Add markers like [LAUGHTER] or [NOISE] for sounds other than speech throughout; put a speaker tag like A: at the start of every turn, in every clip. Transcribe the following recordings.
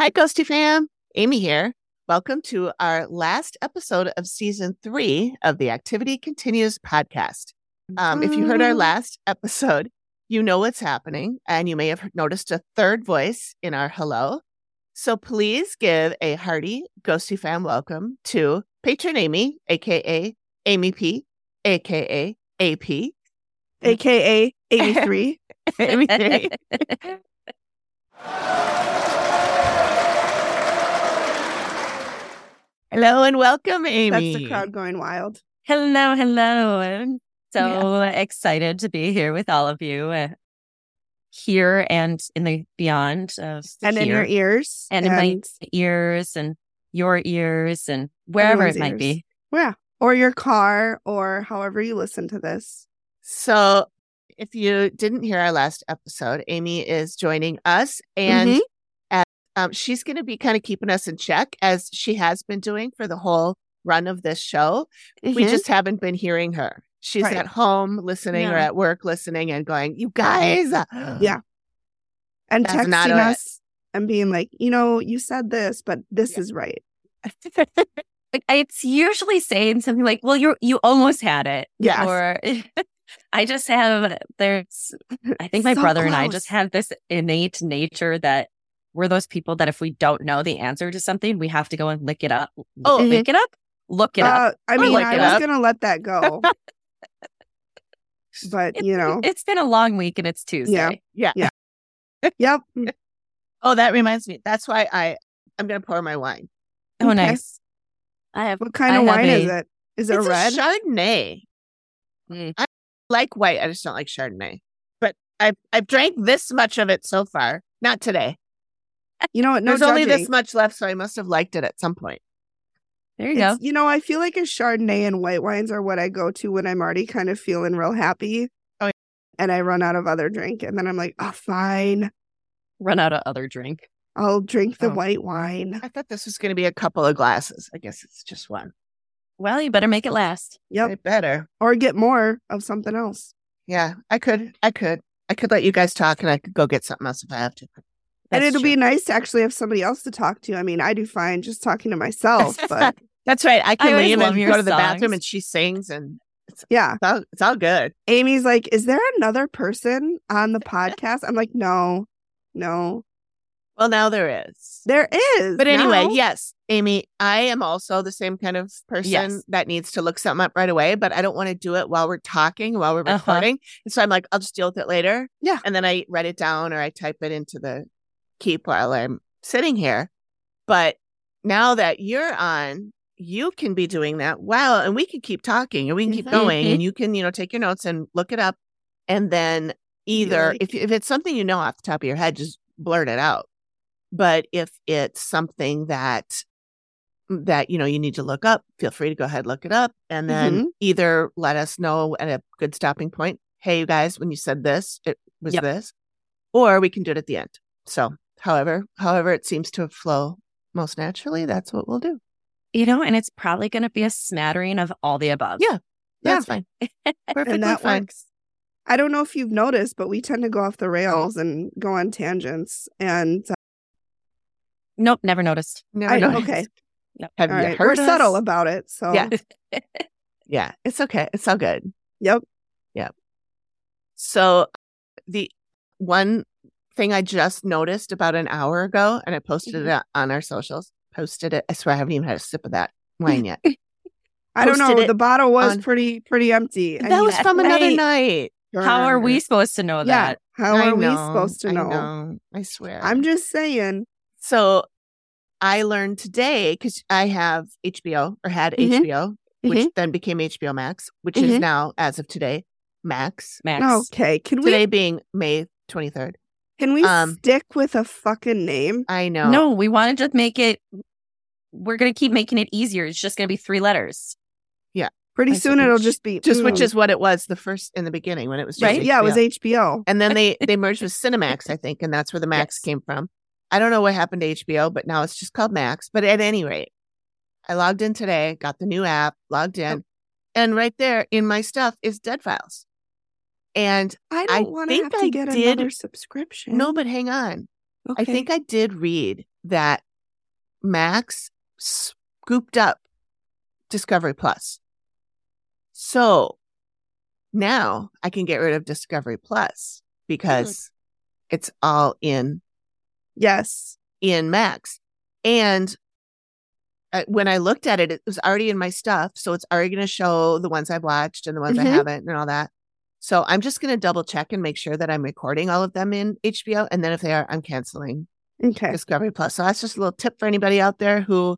A: Toasty fam, Amy here. Welcome to our last episode of season three of the Activity Continues podcast. Um, if you heard our last [LAUGHS] episode, you know what's happening, and you may have noticed a third voice in our hello. So please give a hearty Ghosty fam welcome to patron Amy, aka Amy P, aka AP,
B: aka
A: [LAUGHS]
B: 83.
C: [LAUGHS]
A: Amy [LAUGHS] P. Hello and welcome, Amy.
B: That's the crowd going wild.
C: Hello, hello. I'm
B: Yeah.
C: so excited to be here with all of you uh, here and in the beyond of
B: And in your
C: here
B: ears.
C: and in my ears and your ears and wherever it might
B: Everyone's ears.
C: be.
B: Yeah. Or your car or however you listen to this.
A: So, if you didn't hear our last episode, Amy is joining us and
B: Mhm.
A: um, she's going to be kind of keeping us in check as she has been doing for the whole run of this show. We
B: Mhm.
A: just haven't been hearing her. She's
B: Right.
A: at home listening or
C: No.
A: at work listening and going, You [GASPS] guys.
B: Yeah. and
A: That's not
B: texting
A: it.
B: us and being like, you know, you said this, but this
C: Yeah.
B: is right.
C: [LAUGHS] Like, It's usually saying something like, well, you you almost had it.
B: Yeah.
C: Or [LAUGHS] I just have, there's, I think my
B: So
C: brother and I just
B: close.
C: have this innate nature that we're those people that if we don't know the answer to something, we have to go and lick it up.
A: Oh,
C: lick it up, look it up.
B: Uh, I
A: Or
B: mean,
C: look
B: I
C: it
B: was
A: up.
B: going to let that
A: [LAUGHS]
B: go. but, you know,
C: it's been a long week and it's Tuesday.
A: Yeah.
B: Yeah. yep.
A: Oh, that reminds me. That's why I, I'm going to pour my wine.
C: Oh,
B: Okay.
C: nice. I have
B: What kind
C: I
B: of
C: have
B: wine is
C: a-
B: it? Is it
A: it's
B: red?
A: A Chardonnay.
C: Mm.
A: I like white. I just don't like Chardonnay. But I've I've drank this much of it so far. Not today.
B: you know what? No,
A: There's only this
B: judging.
A: much left, so I must have liked it at some point.
C: there. You go.
B: It's, you know, I feel like a Chardonnay and white wines are what I go to when I'm already kind of feeling real happy.
A: Oh, yeah.
B: And I run out of other drink. And then I'm like, oh, fine.
C: Run out of other drink.
B: I'll drink the
A: Oh.
B: white wine.
A: I thought this was going to be a couple of glasses. I guess it's just one.
C: Well, you better make it last.
B: Yep.
A: It better.
B: Or get more of something else.
A: Yeah, I could. I could. I could let you guys talk, and I could go get something else if I have to.
B: and
C: That's
B: it'll
C: true.
B: be nice to actually have somebody else to talk to. I mean, I do fine just talking
A: [LAUGHS]
B: to myself, Oh, but
A: That's right. I can
C: always
A: leave
C: love
A: and
C: your
A: go to the bathroom,
C: songs.
A: and she sings, and
B: yeah.
A: it's all, it's all good.
B: Amy's like, is there another person on the podcast? I'm like, no, no,
A: Well, now there is.
B: there is.
A: But anyway,
B: now."
A: yes, Amy, I am also the same kind of person
C: Yes.
A: that needs to look something up right away, but I don't want to do it while we're talking, while we're
C: Uh-huh.
A: recording. And so I'm like, I'll just deal with it later.
B: Yeah.
A: And then I write it down or I type it into the keep while I'm sitting here. But now that you're on, you can be doing that well, and we can keep talking and we can keep
B: Mhm.
A: going, and you can, you know, take your notes and look it up. And then either
B: like-
A: if, if it's something you know off the top of your head, just blurt it out but if it's something that mm, that you know you need to look up feel free to go ahead look it up and then
B: Mhm.
A: either let us know at a good stopping point hey you guys when you said this it was
C: Yep.
A: this or we can do it at the end so however however it seems to flow most naturally that's what we'll do
C: you know, and it's probably going to be a smattering of all the above.
A: Yeah.
B: Yeah.
A: that's
B: [LAUGHS]
A: fine perfectly
B: that
A: fine
B: I don't know if you've noticed, but we tend to go off the rails and go on tangents. And uh,
C: Nope, never noticed.
A: Never [LAUGHS]
B: I,
A: noticed.
B: okay,
A: have
B: all
A: you
B: right,
A: heard
B: we're
A: us?
B: subtle about it. So
A: Yeah. yeah it's okay it's all good
B: Yep.
A: So the one thing I just noticed about an hour ago, and I posted
B: Mm-hmm.
A: it o- on our socials, posted it. I swear I haven't even had a sip of that wine
B: [LAUGHS]
A: yet.
B: I don't
A: Posted
B: know.
A: it
B: The bottle was
A: on-
B: pretty pretty empty.
A: that
B: and
A: was
B: yet-
A: from another
C: Right.
A: night.
C: How are we
B: Yeah.
C: supposed to know that?
B: How
A: I
B: are we
A: know,
B: supposed to
A: I,
B: know?
A: know, I swear.
B: I'm just saying.
A: so I learned today because I have HBO or had
B: Mhm.
A: HBO, which then became HBO Max, which is
B: Mhm.
A: now as of today Max.
C: Max.
B: Okay, can we
A: Today being May twenty third.
B: can we
A: um,
B: stick with a fucking name?
A: I know.
C: No. we want to just make it. We're going to keep making it easier. It's just going to be three letters.
B: Pretty
A: I
B: soon
A: see.
B: it'll just be
A: Just which
B: mm,
A: is what it was the first in the beginning when it was just
C: Right?
B: yeah, it was
A: HBO.
B: HBO.
A: And then they they merged
B: [LAUGHS]
A: with Cinemax, I think, and that's where the Max
C: Yes.
A: came from. I don't know what happened to HBO, but now it's just called Max. But at any rate, I logged in today, got the new app, logged
B: Oh.
A: in, and right there in my stuff is Dead Files. And
B: I
A: I
B: don't want to
A: think
B: have
A: I
B: to get
A: did-
B: Hmm. another subscription.
A: no, but hang on.
B: okay.
A: I think I did read that Max scooped up Discovery Plus. So now I can get rid of Discovery Plus because it's all in
B: Yes.
A: in Max. And uh, when I looked at it, it was already in my stuff. So it's already going to show the ones I've watched and the ones
B: Mhm.
A: I haven't and all that. So I'm just going to double check and make sure that I'm recording all of them in HBO. And then if they are, I'm canceling
B: Okay.
A: Discovery Plus. So that's just a little tip for anybody out there who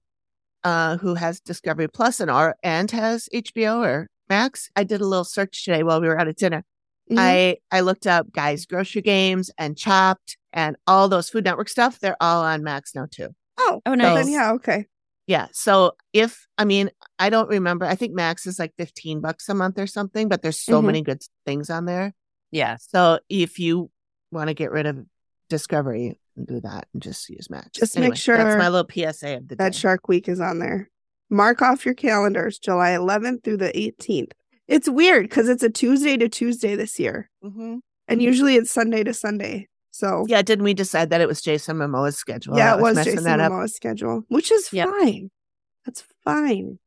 A: uh who has Discovery Plus and or and has HBO or Max. I did a little search today while we were out at dinner.
B: Mhm.
A: I I looked up guys grocery games and chopped and all those food network stuff. They're all on Max now too.
B: oh,
C: Oh,
B: well,
C: nice.
B: Then, yeah. Okay.
A: Yeah. So if I mean, I don't remember. I think Max is like 15 bucks a month or something, but there's so
B: Mhm.
A: many good things on there.
C: Yeah.
A: So if you want to get rid of Discovery, do that and just use Max.
B: Just make
A: that's
B: sure
A: my little PSA of the day.
B: That Shark Week is on there. Mark off your calendars, July 11th through the 18th. It's weird because it's a Tuesday to Tuesday this year,
A: hmm
B: and usually it's Sunday to Sunday. So
A: Yeah. Didn't we decide that it was Jason Momoa's schedule?
B: Oh. yeah,
A: that
B: it was
A: messing
B: Jason
A: that up.
B: Momoa's schedule, which is
C: Yep.
B: fine. That's fine.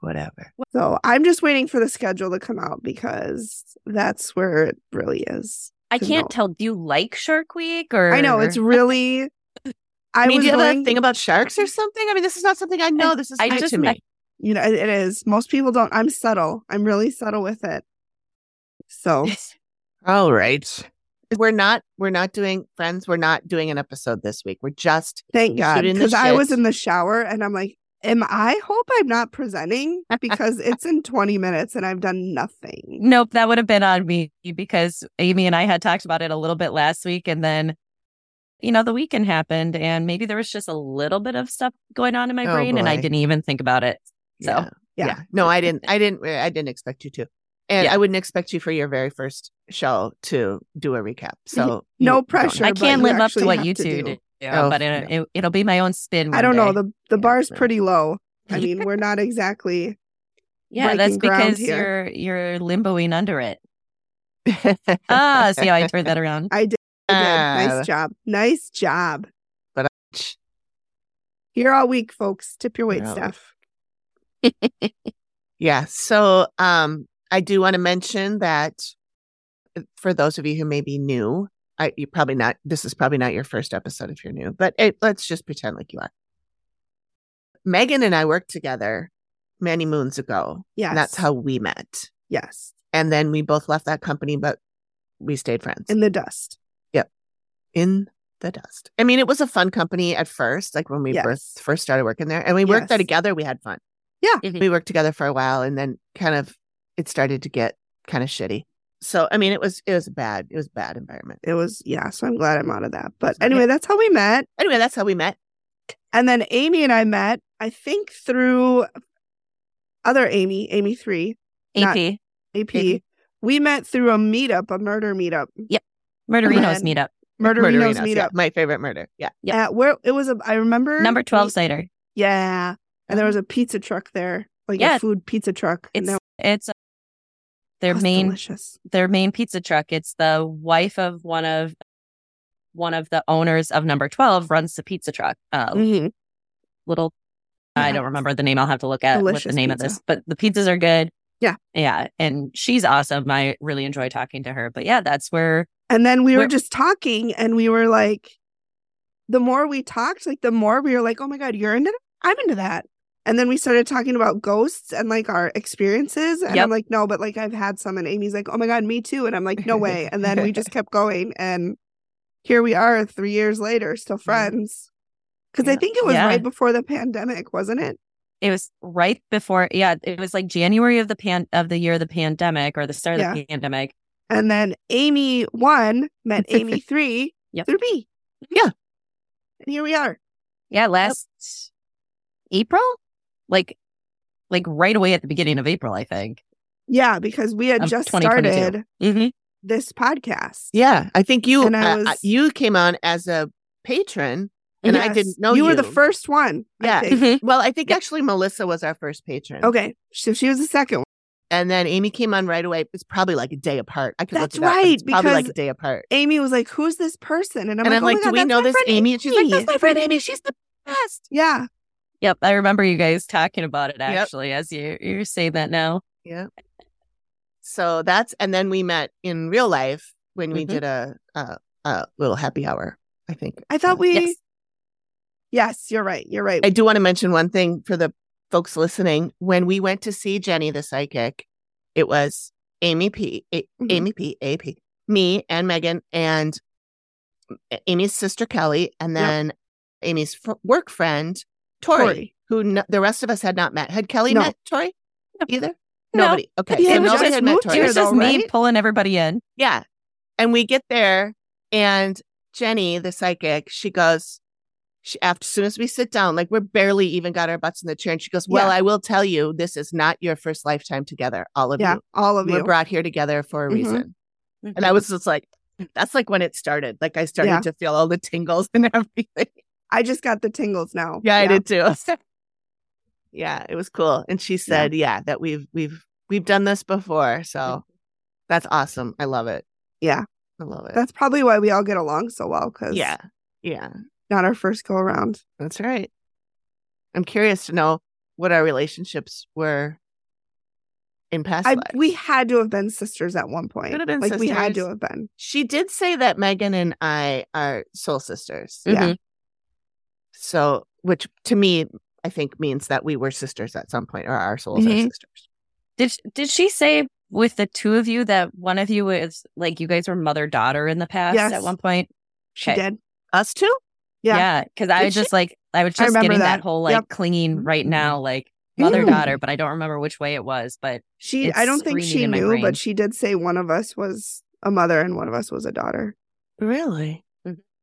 A: Whatever.
B: So I'm just waiting for the schedule to come out because that's where it really is.
C: I
B: to
C: can't
B: know.
C: tell. Do you like Shark Week or?
B: I know
C: [LAUGHS]
B: it's really. I
A: [LAUGHS] I mean,
B: was
A: do you have a
B: going,
A: thing about sharks or something? I mean, this is not something I know. This is
C: I
A: new
C: just
A: to me.
C: met-
B: you know, it- it is. Most people don't. I'm subtle. I'm really subtle with it. So
A: All Oh, right. We're not we're not doing friends, we're not doing an episode this week. We're just [LAUGHS]
B: Thank God.
A: Shooting the
B: Because I was
A: shit.
B: in the shower and I'm like, am I hope I'm
A: [LAUGHS]
B: not presenting because it's in 20 minutes and I've
A: [LAUGHS]
B: done nothing.
C: Nope, that would have been on me because Amy and I had talked about it a little bit last week. And then, you know, the weekend happened and maybe there was just a little bit of stuff going on in my
A: Oh,
C: brain and I
A: boy.
C: didn't even think about it. So,
A: yeah.
B: yeah.
A: Yeah. No, I didn't I didn't I didn't expect you to. And
C: Yeah.
A: I wouldn't expect you for your very first show to do a recap. So you
B: No
A: don't
B: pressure.
A: have
C: I
B: but
C: can't
B: you
C: live up
B: actually
C: to what
B: have
C: you
B: to
C: two
B: do.
C: do,
A: Oh,
C: but it, it, it'll be my own spin.
B: I don't know.
C: one day.
B: The
A: Yeah,
B: the bar's
A: no.
B: pretty low.
A: [LAUGHS]
B: I mean, we're not exactly
C: yeah,
B: breaking
C: that's
B: ground
C: because
B: here.
C: you're you're limboing under it.
B: [LAUGHS]
A: to.
C: Ah, see how I turned that [LAUGHS] around.
B: I did, I did.
A: Ah.
B: nice job. Nice job.
A: But
B: Here all week, folks. Tip your weight
A: Here all week.
B: staff.
A: Yeah. So um I do want to mention that uh, for those of you who may be new, I you probably not this is probably not your first episode if you're new, but it, let's just pretend like you are. Megan and I worked together many moons ago.
B: Yes.
A: And that's how we met.
B: yes.
A: And then we both left that company, but we stayed friends
B: In the dust.
A: in the dust. I mean, it was a fun company at first, like when we
B: Yes.
A: birth- first started working there, and we worked there
B: Yes.
A: together. We had fun.
B: Yeah.
C: Mhm.
A: we worked together for a while, and then kind of it started to get kind of shitty. So I mean, it was it was bad. It was a bad environment.
B: It was yeah, so I'm glad I'm out of that. But
A: Okay.
B: anyway, that's how we met.
A: Anyway, that's how we met.
B: And then Amy and I met, I think through other Amy, Amy three, Not-
C: AP,
B: AP.
C: Maybe.
B: We met through a meetup, a murder meetup,
C: Murderino's
B: then-
C: meetup,
A: Murderinos,
B: murderinos,
A: yeah.
B: meetup.
A: my favorite murder. Yeah.
C: Yep.
B: At where it was a, I remember
C: number 12
B: we-
C: cider.
B: Yeah, and there
A: Oh.
B: was a pizza truck there, like
C: Yeah.
B: a food pizza truck.
C: It's,
B: and that
C: it's uh, their
B: was
C: main
B: delicious.
C: their main pizza truck. It's the wife of one of one of the owners of number twelve runs the pizza truck. Uh,
B: Mhm.
C: Little, I don't
B: Yeah.
C: remember the name. I'll have to look at what the
B: Delicious
C: name of
B: pizza.
C: this, but the pizzas are good.
B: Yeah.
C: yeah, and she's awesome. I really enjoy talking to her. But yeah, that's where
B: And then we were
C: Where-
B: just talking, and we were like, the more we talked, like the more we were like, oh my god, you're into that? I'm into that. And then we started talking about ghosts and like our experiences. And
C: Yep.
B: I'm like, no, but like I've had some. And Amy's like, oh my God, me too. And I'm like, no way. And then we
C: [LAUGHS]
B: just kept going. And here we are three years later, still friends. Because I
A: Yeah.
B: think it was
C: Mm-hmm. Yeah.
B: right before the pandemic, wasn't it?
C: it was right before. Yeah, it was like January of the pan of the year of the pandemic or the start of the pandemic.
B: And then Amy one met Amy three
C: Yep.
B: through me.
A: Yeah.
B: And here we are.
C: Yeah, last April, like like right away at the beginning of April, I think.
B: Yeah, because we had
C: Of
B: just
C: 2022.
B: started
C: Mm-hmm.
B: this podcast.
A: Um, Yeah, I think you
B: And I
A: uh, uh,
B: was-
A: you came on as a patron, and I
B: Yes.
A: didn't know
B: you
A: you
B: were the first one. I
A: Yeah. Mm-hmm.
B: think.
A: Well, I think
C: Yep.
A: actually Melissa was our first patron.
B: Okay. So she was the second one.
A: and then Amy came on right away. It's probably like a day apart. I could
B: That's
A: look it up, but
B: right,
A: It's probably like
B: because-
A: a day apart.
B: Amy was like, Who's this person? And I'm
A: and
B: like,
A: I'm
B: "Oh
A: like,
B: my God,
A: do we
B: that's
A: know
B: my
A: this [LAUGHS]
B: friend
A: Amy? And she's like,
B: Amy."
A: that's my friend Amy. She's the best.
B: Yeah.
C: Yep, I remember you guys talking about it
A: Yep.
C: actually as you you're saying that now.
A: Yeah. So that's and then we met in real life when we
B: Mm-hmm.
C: Mhm.
A: did a, a a little happy hour. I think
B: I thought we.
C: Yes.
B: Yes. you're right. You're right.
A: I do want to mention one thing for the folks listening. When we went to see Jenny the psychic, it was Amy P, A-
B: Mhm.
A: Amy P, AP, me and Megan and A- Amy's sister Kelly, and
B: Yep.
A: then Amy's fr- work friend Tori,
B: Tori.
A: who n- the rest of us had not met. Had Kelly
B: No.
A: met Tori either?
C: No.
A: Nobody. Okay,
B: Yeah,
A: so
C: it was
A: nobody
B: just
A: had met
B: moved
A: Tori.
C: It was
B: Weird,
C: just
B: all
C: me
B: right.
C: pulling everybody in.
A: Yeah. And we get there, and Jenny, the psychic, she goes, she, after, as soon as we sit down, like we're barely even got our butts in the chair. And she goes, Well,
B: Yeah.
A: I will tell you, this is not your first lifetime together, all of
B: yeah,
A: you.
B: all of
A: we're
B: you.
A: brought here together for a
B: Mhm.
A: reason. And I was just like, That's like when it started. Like I started
B: Yeah.
A: to feel all the tingles and [LAUGHS] everything.
B: I just got the tingles now.
A: Yeah, I did too. [LAUGHS] yeah, it was cool. And she said, yeah. that we've we've we've done this before. So that's awesome. I love it.
B: Mm-hmm. Yeah.
A: I love it.
B: That's probably why we all get along so well because
A: yeah. Yeah.
B: not our first go around.
A: That's right. I'm curious to know what our relationships were in past
B: I
A: life.
B: we had to have been sisters at one point.
A: Could have been
B: like we had
A: sisters.
B: to have been.
A: she did say that Megan and I are soul sisters.
B: Yeah.
C: Mhm.
A: So, which to me, I think means that we were sisters at some point, or our souls are
C: Mhm.
A: sisters.
C: Did sh- did she say with the two of you that one of you was like you guys were mother daughter in the past
B: Yes.
C: at one point?
B: She
C: Okay.
B: did.
A: Us too?
B: Yeah.
C: Yeah, because I
A: Did
C: was
A: she?
C: just like I was
B: I
C: just
B: remember
C: getting that,
B: that.
C: whole like
B: Yep.
C: clinging right
A: Mm.
C: now like mother
B: Ew.
C: daughter, but I don't remember which way it was. But
B: She
C: It's
B: I don't think
C: ringing
B: she
C: in my
B: knew,
C: brain.
B: but she did say one of us was a mother and one of us was a daughter
A: Really?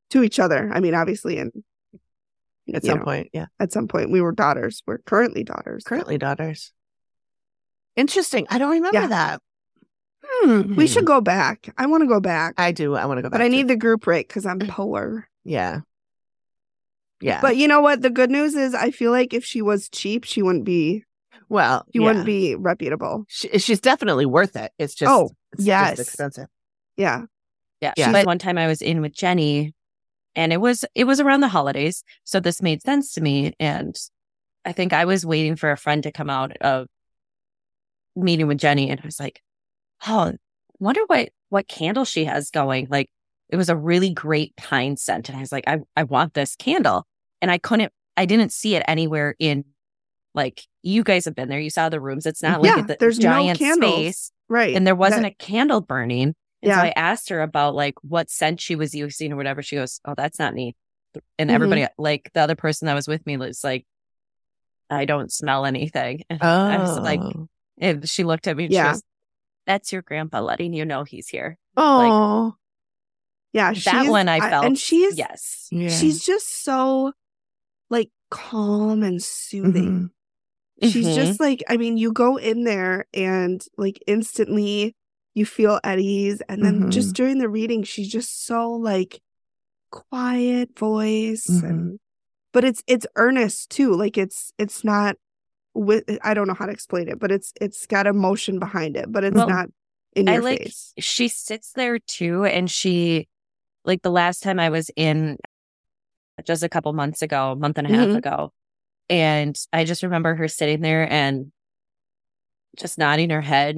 B: to each other. I mean, obviously, and
A: At
B: you
A: some
B: know,
A: point, yeah.
B: at some point we were daughters. We're currently daughters. but
A: Currently daughters. Interesting. I don't remember
B: Yeah.
A: that.
C: Hmm.
B: We should go back. I want to go back,
A: I do. Hmm. I want to go back.
B: but I
A: to-
B: need the group rate
C: [CLEARS THROAT]
B: because I'm poor.
A: Yeah. Yeah.
B: But you know what? The good news is I feel like if she was cheap, she wouldn't be
A: well,
B: she
A: yeah.
B: wouldn't be reputable.
A: She, eh, she's definitely worth it. It's just
B: Oh,
A: it's just
B: yes.
A: expensive.
B: Yeah.
C: yeah,
A: Yeah.
C: But one time I was in with Jenny, and it was it was around the holidays, so this made sense to me. And I think I was waiting for a friend to come out of meeting with Jenny, and I was like, oh, wonder what what candle she has going. Like it was a really great pine scent, and I was like, I I want this candle, and I couldn't, I didn't see it anywhere in like you guys have been there. You saw the rooms. It's not like
B: Yeah,
C: it's a
B: there's no
C: giant
B: candles.
C: space
B: Right.
C: and there wasn't
B: That-
C: a candle burning. And
B: Yeah.
C: so I asked her about like what scent she was using or whatever. She goes, "Oh, that's not me." And
B: Mhm.
C: everybody, like the other person that was with me, was like, "I don't smell anything." And I was like,
A: Oh.
C: and she looked at me. And
B: Yeah.
C: she goes, "That's your grandpa letting you know he's here."
A: oh,
B: yeah.
C: that
B: she's-
C: one I felt.
B: and she's
C: yes,
A: yeah.
B: she's just so like calm and soothing.
A: Mhm.
B: She's
C: Mm-hmm.
B: just like, I mean, you go in there and like instantly you feel at ease. And then
C: Mm-hmm.
B: just during the reading, she's just so like quiet voice
C: Mm-hmm.
B: and but it's it's earnest too. Like it's it's not with I don't know how to explain it, but it's it's got emotion behind it, but it's
C: Well,
B: not in
C: I
B: your
C: like-
B: face.
C: she sits there too, and she, like the last time I was in, just a couple months ago, a month and a half
B: Mhm.
C: ago, and I just remember her sitting there and just nodding her head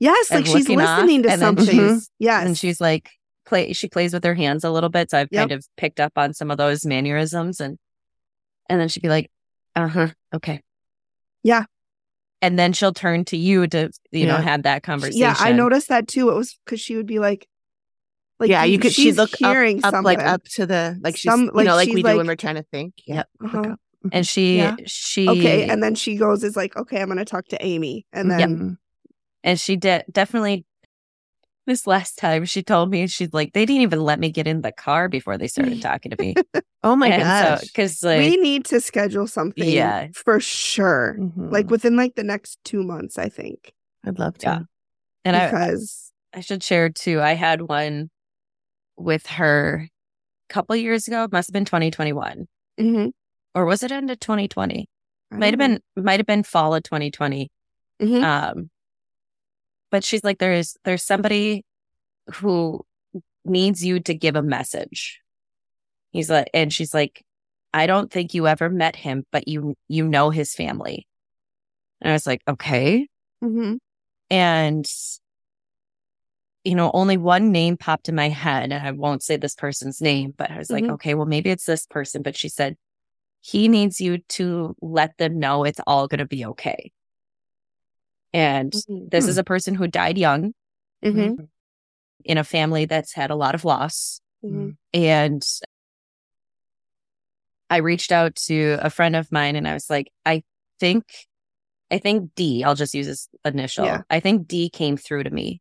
B: Yes, like
C: and
B: she's
C: looking off,
B: listening to
C: and then
B: something.
C: she's-
B: yes.
C: and she's like play she plays with her hands a little bit so i've
B: Yep.
C: kind of picked up on some of those mannerisms and and then she'd be like uh-huh okay
B: Yeah.
C: and then she'll turn to you to you know
A: Yeah.
C: have that conversation
B: Yeah, I noticed that too. It was because she would be like, like
A: yeah, you could. She
B: she's
A: look up,
B: hearing
A: up
B: something.
A: like up to the like she's
B: Some-
A: you
B: like
A: know like
B: she's
A: we do
B: like-
A: when we're trying to think.
C: Yep.
A: look
B: Uh-huh.
A: up.
C: and she
B: Yeah.
C: she
B: Okay, and then she goes is like, okay, I'm gonna talk to Amy, and then
A: Mhm.
C: and she de- definitely this last time she told me she's like they didn't even let me get in the car before they
B: [LAUGHS]
C: started talking to me
A: Oh my
C: and
A: gosh.
C: because like
B: we need to schedule something.
C: Yeah. Mm-hmm.
B: for sure.
A: Mhm.
B: Like within like the next two months, I think,
A: I'd love to.
C: Yeah. and I,
B: because
C: I should share too. I had one with her a couple years ago. It must have been 2021,
B: Mhm.
C: or was it into 2020?
B: I
C: Mm-hmm. Might have
B: don't know.
C: been, might have been fall of 2020.
B: Mhm.
C: Um, but she's like, there is, there's somebody who needs you to give a message. He's like, and she's like, I don't think you ever met him, but you you know his family. And I was like, okay.
B: Mm-hmm.
C: And you know, only one name popped in my head, and I won't say this person's name, but I was like,
B: Mhm.
C: okay, well, maybe it's this person. But she said, he needs you to let them know it's all going to be okay. And this is a person who died young
B: Mm-hmm.
C: in a family that's had a lot of loss.
B: Mm-hmm.
C: And I reached out to a friend of mine and I was like, I think, I think D, I'll just use his initial.
B: Yeah.
C: I think D came through to me.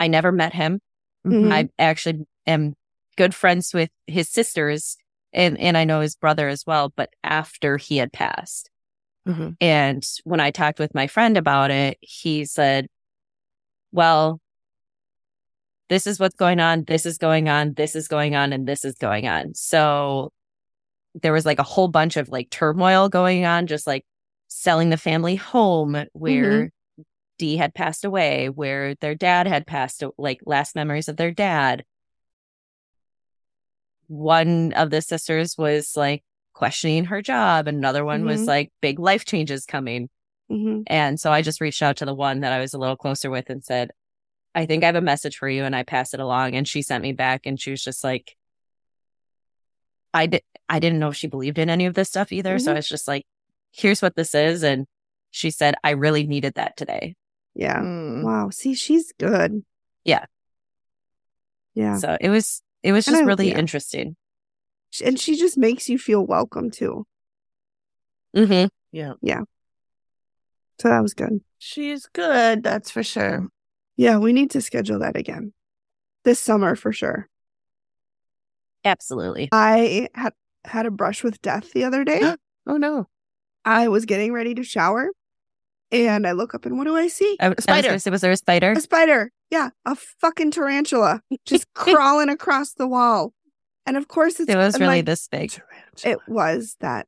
C: I never met him.
A: Mm-hmm.
B: Mhm.
C: I actually am good friends with his sisters and, and I know his brother as well, but after he had passed.
A: Mhm.
C: And when I talked with my friend about it, he said, Well, this is what's going on. This is going on. This is going on. And this is going on. So there was like a whole bunch of like turmoil going on, just like selling the family home where D had passed away, where their dad had passed, a- like last memories of their dad. One of the sisters was like questioning her job, and another one was
B: Mhm.
C: like big life changes coming.
B: Mm-hmm.
C: And so I just reached out to the one that I was a little closer with and said, I think I have a message for you. And I passed it along. And she sent me back and she was just like, I, di- I didn't know if she believed in any of this stuff either. So I
B: Mhm.
C: was just like, here's what this is. And she said, I really needed that today.
B: Yeah.
A: Mm.
B: Wow. See, she's good.
C: Mm-hmm. Yeah.
B: Yeah.
C: So it was it was
B: And
C: just
B: I-
C: really
B: yeah.
C: interesting.
B: Sh- And she just makes you feel welcome too.
C: Mm-hmm.
B: So that was good.
A: She's good, that's for sure.
B: Yeah. We need to schedule that again this summer for sure.
C: Absolutely.
B: I had had a brush with death the other day.
A: Oh no.
B: I was getting ready to shower and I look up and what do I see?
C: I, I was
A: spider.
C: gonna say, was there a spider?
B: A spider. Yeah, a
C: [LAUGHS]
B: fucking tarantula just crawling across the wall. And of course it's
C: It was
B: I'm
C: really
B: like,
C: this big.
A: Eh,
B: it was
C: [LAUGHS]
B: that.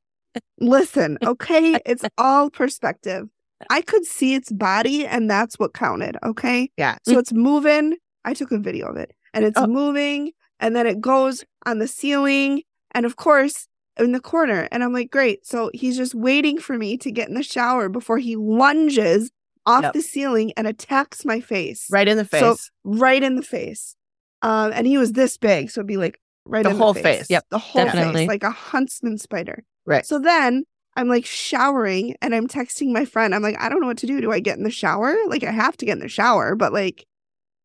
B: Listen, okay, it's all perspective. I could see its body and that's what counted, okay?
A: Yeah.
B: So it's moving. I took a video of it and it's
A: Mm. Oh.
B: moving and then it goes on the ceiling and of course in the corner. And I'm like, great. So he's just waiting for me to get in the shower before he lunges off
A: Yep.
B: the ceiling and attacks my face
A: Right in the face.
B: So- right in the face. Um, and he was this big, so it'd be like right
A: The
B: in
A: whole
B: the face.
A: face. Yep,
B: the whole
C: definitely.
B: face, like a huntsman spider.
A: Right.
B: So then I'm like showering, and I'm texting my friend. I'm like, I don't know what to do. Do I get in the shower? Like I have to get in the shower, but like,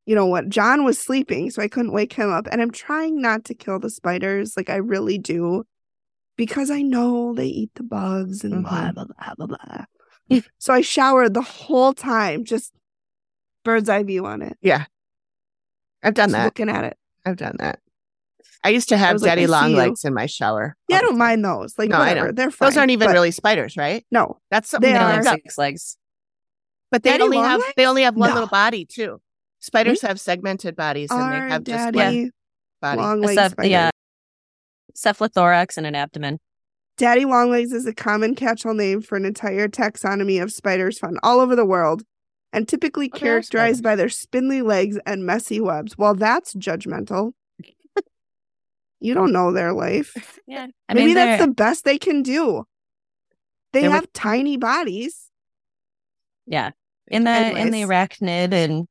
B: you know what? John was sleeping, so I couldn't wake him up. And I'm trying not to kill the spiders, like I really do, because I know they eat the bugs and
A: Mm-hmm.
B: blah blah blah blah blah. [LAUGHS] so I showered the whole time, just bird's eye view on it,
A: I've done
B: just
A: that.
B: looking at it.
A: I've done that. I used to have
B: was like,
A: daddy
B: I see
A: long
B: you.
A: legs in my shower.
B: Yeah, I
A: all the time.
B: don't mind those. Like
A: No, I
B: whatever, they're fine.
A: Those aren't even
B: but
A: really spiders, right?
B: No,
A: That's something
B: They
A: they
C: They only
A: that
B: are.
C: have
A: picked up.
C: six legs.
A: But they
B: Daddy
A: only
B: long
A: have
B: legs?
A: they only have one
B: No.
A: little body too. Spiders have segmented bodies and they
B: our
A: have just
B: daddy
A: one body.
B: long
C: A
B: legs.
C: ceph-
B: spider.
C: yeah. Cephalothorax and an abdomen.
B: Daddy long legs is a common catch-all name for an entire taxonomy of spiders found all over the world, and typically
A: Oh, they are
B: characterized
A: spiders.
B: by their spindly legs and messy webs. Well, that's judgmental. you don't know
A: [LAUGHS]
B: their life.
C: Yeah. I
B: Maybe
C: mean,
B: that's
C: they're-
B: the best they can do. They
C: They were-
B: have tiny bodies.
C: yeah. In the in the
B: Anyways.
C: arachnid and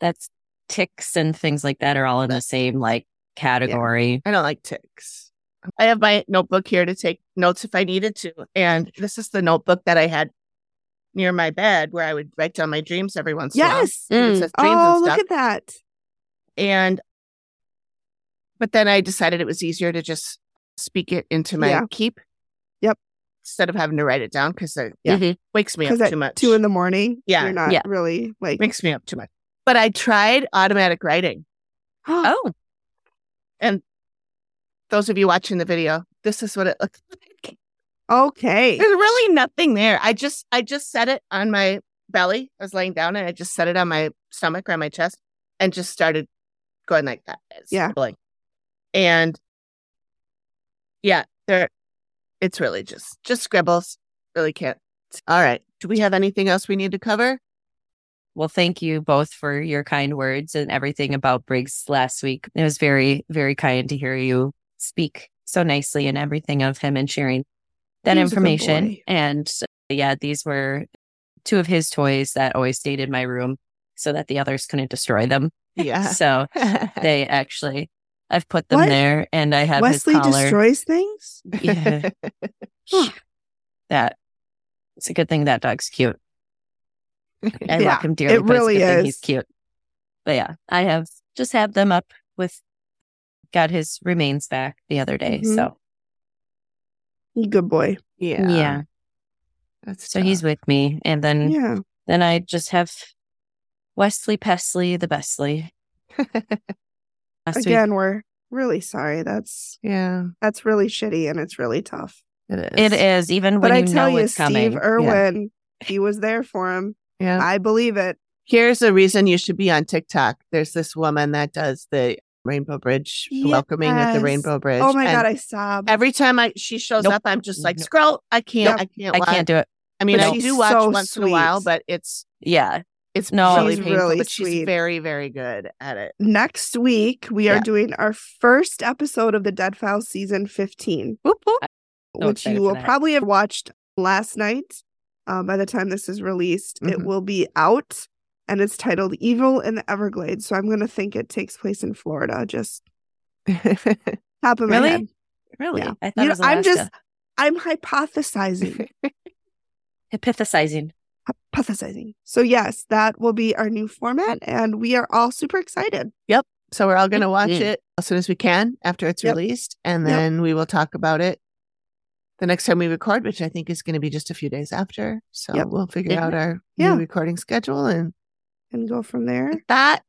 C: that's ticks and things like that are all in the same like category.
A: I don't like ticks. I have my notebook here to take notes if I needed to. And this is the notebook that I had near my bed where I would write down my dreams every once in a while.
B: Yes.
A: It
C: Mm.
A: says dreams
B: Oh,
A: and
B: look
A: stuff.
B: at that.
A: and but then I decided it was easier to just speak it into my
B: Yeah.
A: keep.
B: Yep.
A: Instead of having to write it down because it yeah,
C: Mhm.
A: wakes me up
B: Because
A: too
B: at
A: much.
B: two in the morning,
A: Yeah.
B: you're not
C: Yeah.
B: really like [GASPS]
A: wakes me up too much. But I tried automatic writing.
C: Oh,
A: Those of you watching the video, this is what it looks [LAUGHS] like.
B: Okay.
A: There's really nothing there. I just I just set it on my belly. I was laying down and I just set it on my stomach or on my chest and just started going like that. It's
B: Yeah.
A: scribbling. And yeah, there it's really just just scribbles. Really can't. All right. Do we have anything else we need to cover?
C: Well, thank you both for your kind words and everything about Briggs last week. It was very, very kind to hear you speak so nicely and everything of him and sharing that
B: He was a good
C: information.
B: boy.
C: And yeah, these were two of his toys that always stayed in my room so that the others couldn't destroy them.
B: Ah.
A: Yeah.
C: So they actually, I've put them
B: What?
C: there and I have
B: Wesley
C: his collar.
B: destroys things.
C: [LAUGHS]
A: [LAUGHS]
C: [LAUGHS] yeah, that it's a good thing that dog's cute. I
B: Yeah,
C: love him dearly.
B: it
C: but it's a
B: really
C: good thing
B: is.
C: He's cute. But yeah, I have just have them up with got his remains back the other day.
B: Mhm.
C: So
B: You Good boy.
A: yeah.
C: yeah,
A: That's
C: so he's with me, and then
B: Yeah.
C: then I just have Wesley Pesley, the Besley.
B: [LAUGHS]
A: tough.
C: Last week-
B: Again, we're really sorry. That's
A: yeah.
B: that's really shitty and it's really tough.
A: It is.
C: it is even
B: But
C: when
B: I
C: you
B: tell
C: know
B: you,
C: it's coming.
B: Steve Irwin, he was there for him.
A: Yeah.
B: I believe it.
A: Here's a reason you should be on TikTok. There's this woman that does the Rainbow Bridge welcoming at the
B: Yes.
A: Rainbow Bridge.
B: Oh my
A: and
B: god, I sob.
A: Every time I she shows
C: Nope.
A: up, I'm just like,
C: Nope.
A: scroll. I can't.
B: Nope.
A: I can't.
C: I
A: watch.
C: can't do it.
A: I mean,
B: But
A: I
B: she's
A: do watch
B: so
A: once in a while,
B: sweet.
A: but it's
C: Yeah,
A: it's
C: No.
A: really
B: She's
A: painful.
B: really
A: but she's
B: sweet.
A: very, very good at it.
B: Next week we are
A: Yeah.
B: doing our first episode of the Dead Files season 15,
A: Whoop, whoop.
C: So
B: which
C: excited
B: you
C: for
B: will
C: that.
B: probably have watched last night. Um, by the time this is released, it
C: Mm-hmm.
A: Mhm.
B: will be out, and it's titled "Evil in the Everglades." So I'm going to think it takes place in Florida. Just top of
C: Really?
B: my head.
C: really.
B: Yeah.
C: I thought
B: You
C: it
B: know,
C: was
B: I'm just
C: Alaska.
B: I'm hypothesizing.
C: [LAUGHS] hypothesizing.
B: hypothesizing. So yes, that will be our new format, and we are all super excited.
A: so we're all going to watch
C: Mhm.
A: it as soon as we can after it's
B: Yep.
A: released, and
B: Yep.
A: then we will talk about it the next time we record, which I think is going to be just a few days after. So
B: Yep.
A: we'll figure
C: Yeah.
A: out our
B: Yeah.
A: new recording schedule and
B: And go
C: [LAUGHS]
B: from there.
A: that.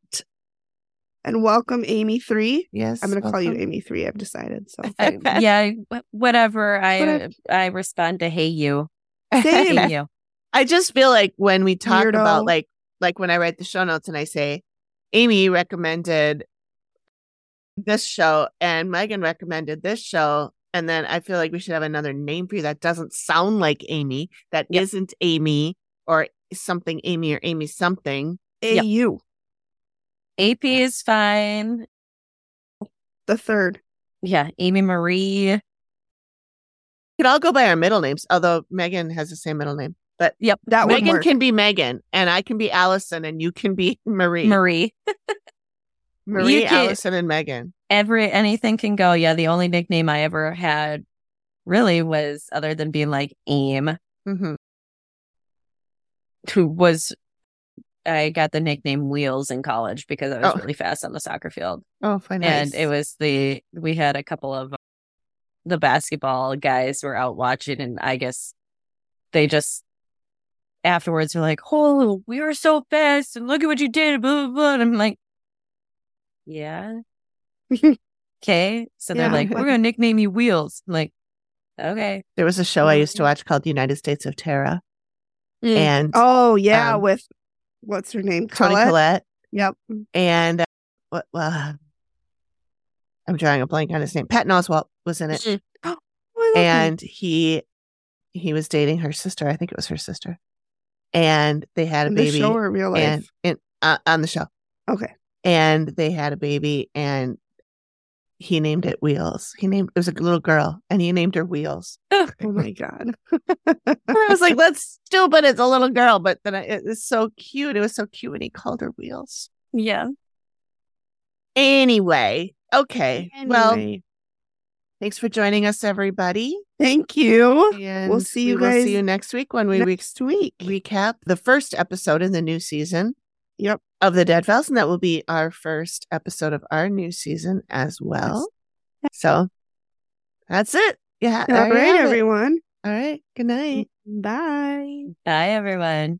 B: And welcome Amy three.
A: Yes,
B: I'm going to call you
A: welcome.
B: Amy three. I've decided. So
C: I- [LAUGHS] yeah, wh- whatever. I
B: Whatever.
C: I respond to hey you,
B: Same.
C: hey you.
A: I just feel like when we talk about
B: Weirdo.
A: like like when I write the show notes and I say, Amy recommended this show and Megan recommended this show. And then I feel like we should have another name for you that doesn't sound like Amy, that
C: Yep.
A: not Amy or something Amy or Amy something.
B: A
C: Yep.
B: U
C: AP is fine.
B: the third.
C: Yeah, Amy Marie.
A: We could all go by our middle names, although Megan has the same middle name. But
C: Yep,
B: That would
A: Megan
B: work.
A: can be Megan and I can be Allison and you can be [LAUGHS] Marie.
C: Marie.
A: Marie,
C: You can-
A: Allison, and Megan.
C: Every anything can go. Yeah, the only nickname I ever had really was other than being like Aim,
A: hmm
C: who was I got the nickname Wheels in college because I was
A: Oh.
C: really fast on the soccer field.
A: Oh, funny.
C: And it was the we had a couple of the basketball guys were out watching, and I guess they just afterwards were like, "Oh, we were so fast, and look at what you did!" Blah blah. blah. And I'm like, "Yeah, okay." So they're
B: Yeah,
C: like,
B: what-
C: "We're gonna nickname you Wheels." I'm like, okay,
A: There was a show I used to watch called United States of Terror, and
B: Mm. Oh yeah,
A: Um,
B: with what's her name?
A: Tony
B: Collette?
A: Collette,
B: Yep. Oh,
A: and uh, what? Well, I'm drawing a blank on his name. Patton Oswalt was in it,
C: Mm.
B: Oh, I love her.
A: and he he was dating her sister. I think it was her sister, and they had a
B: In the
A: baby.
B: show or real life?
A: and in, uh, on the show,
B: okay.
A: and they had a baby, and he named it Wheels. He named it was a little girl, and he named her Wheels.
B: Oh my god.
A: And I was like, "That's stupid. It's a little girl." But then I, it, it's so cute. It was so cute, and he called her Wheels.
C: yeah,
A: Anyway, okay. Well,
B: Anyway,
A: thanks for joining us, everybody.
B: thank you.
A: And
B: see you
A: we will
B: guys
A: see you next week when we re-
B: Next week.
A: recap the first episode in the new season
B: Yep.
A: of the Dead Files, and that will be our first episode of our new season as well. So that's it. Yeah.
B: All
A: there you
B: right,
A: have it. Mm.
B: everyone.
A: All right. Good night.
B: Bye.
C: bye everyone.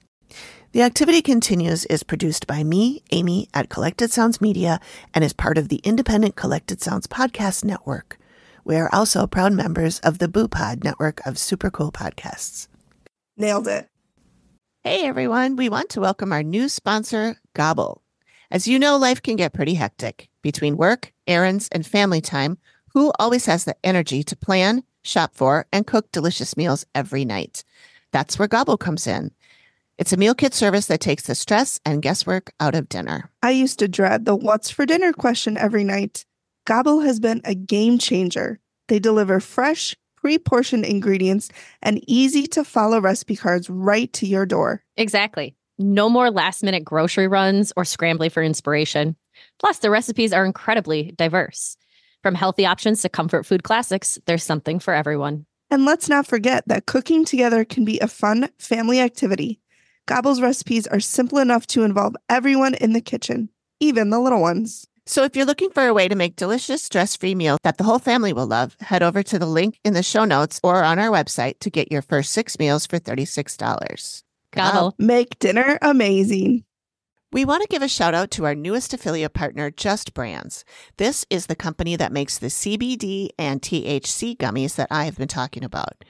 A: The Activity Continues is produced by me, Amy, at Collected Sounds Media and is part of the independent Collected Sounds Podcast Network. We are also proud members of the Boo Pod network of super cool podcasts.
B: Nailed it.
A: Hey everyone, we want to welcome our new sponsor, Gobble. As you know, life can get pretty hectic. Between work, errands, and family time, who always has the energy to plan, shop for, and cook delicious meals every night? That's where Gobble comes in. It's a meal kit service that takes the stress and guesswork out of dinner.
B: I used to dread the what's for dinner question every night. Gobble has been a game changer. They deliver fresh, pre portioned ingredients and easy to follow recipe cards right to your door.
D: Exactly. No more last minute grocery runs or scrambling for inspiration. Plus, the recipes are incredibly diverse. From healthy options to comfort food classics, there's something for everyone.
B: And let's not forget that cooking together can be a fun family activity. Gobble's recipes are simple enough to involve everyone in the kitchen, even the little ones.
A: So if you're looking for a way to make delicious, stress-free meals that the whole family will love, head over to the link in the show notes or on our website to get your first six meals for $36.
D: Gobble.
B: Make dinner amazing.
A: We want to give a shout out to our newest affiliate partner, Just Brands. This is the company that makes the CBD and THC gummies that I have been talking about.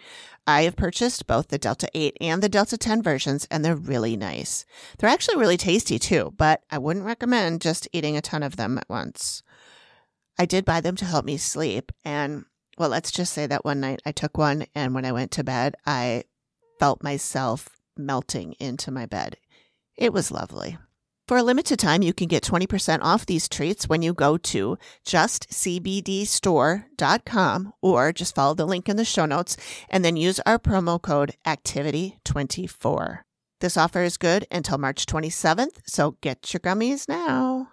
A: I have purchased both the Delta 8 and the Delta 10 versions, and they're really nice. They're actually really tasty too, but I wouldn't recommend just eating a ton of them at once. I did buy them to help me sleep, and well, let's just say that one night I took one, and when I went to bed, I felt myself melting into my bed. It was lovely. For a limited time, you can get 20% off these treats when you go to justcbdstore.com or just follow the link in the show notes and then use our promo code ACTIVITY24. This offer is good until March 27th, so get your gummies now.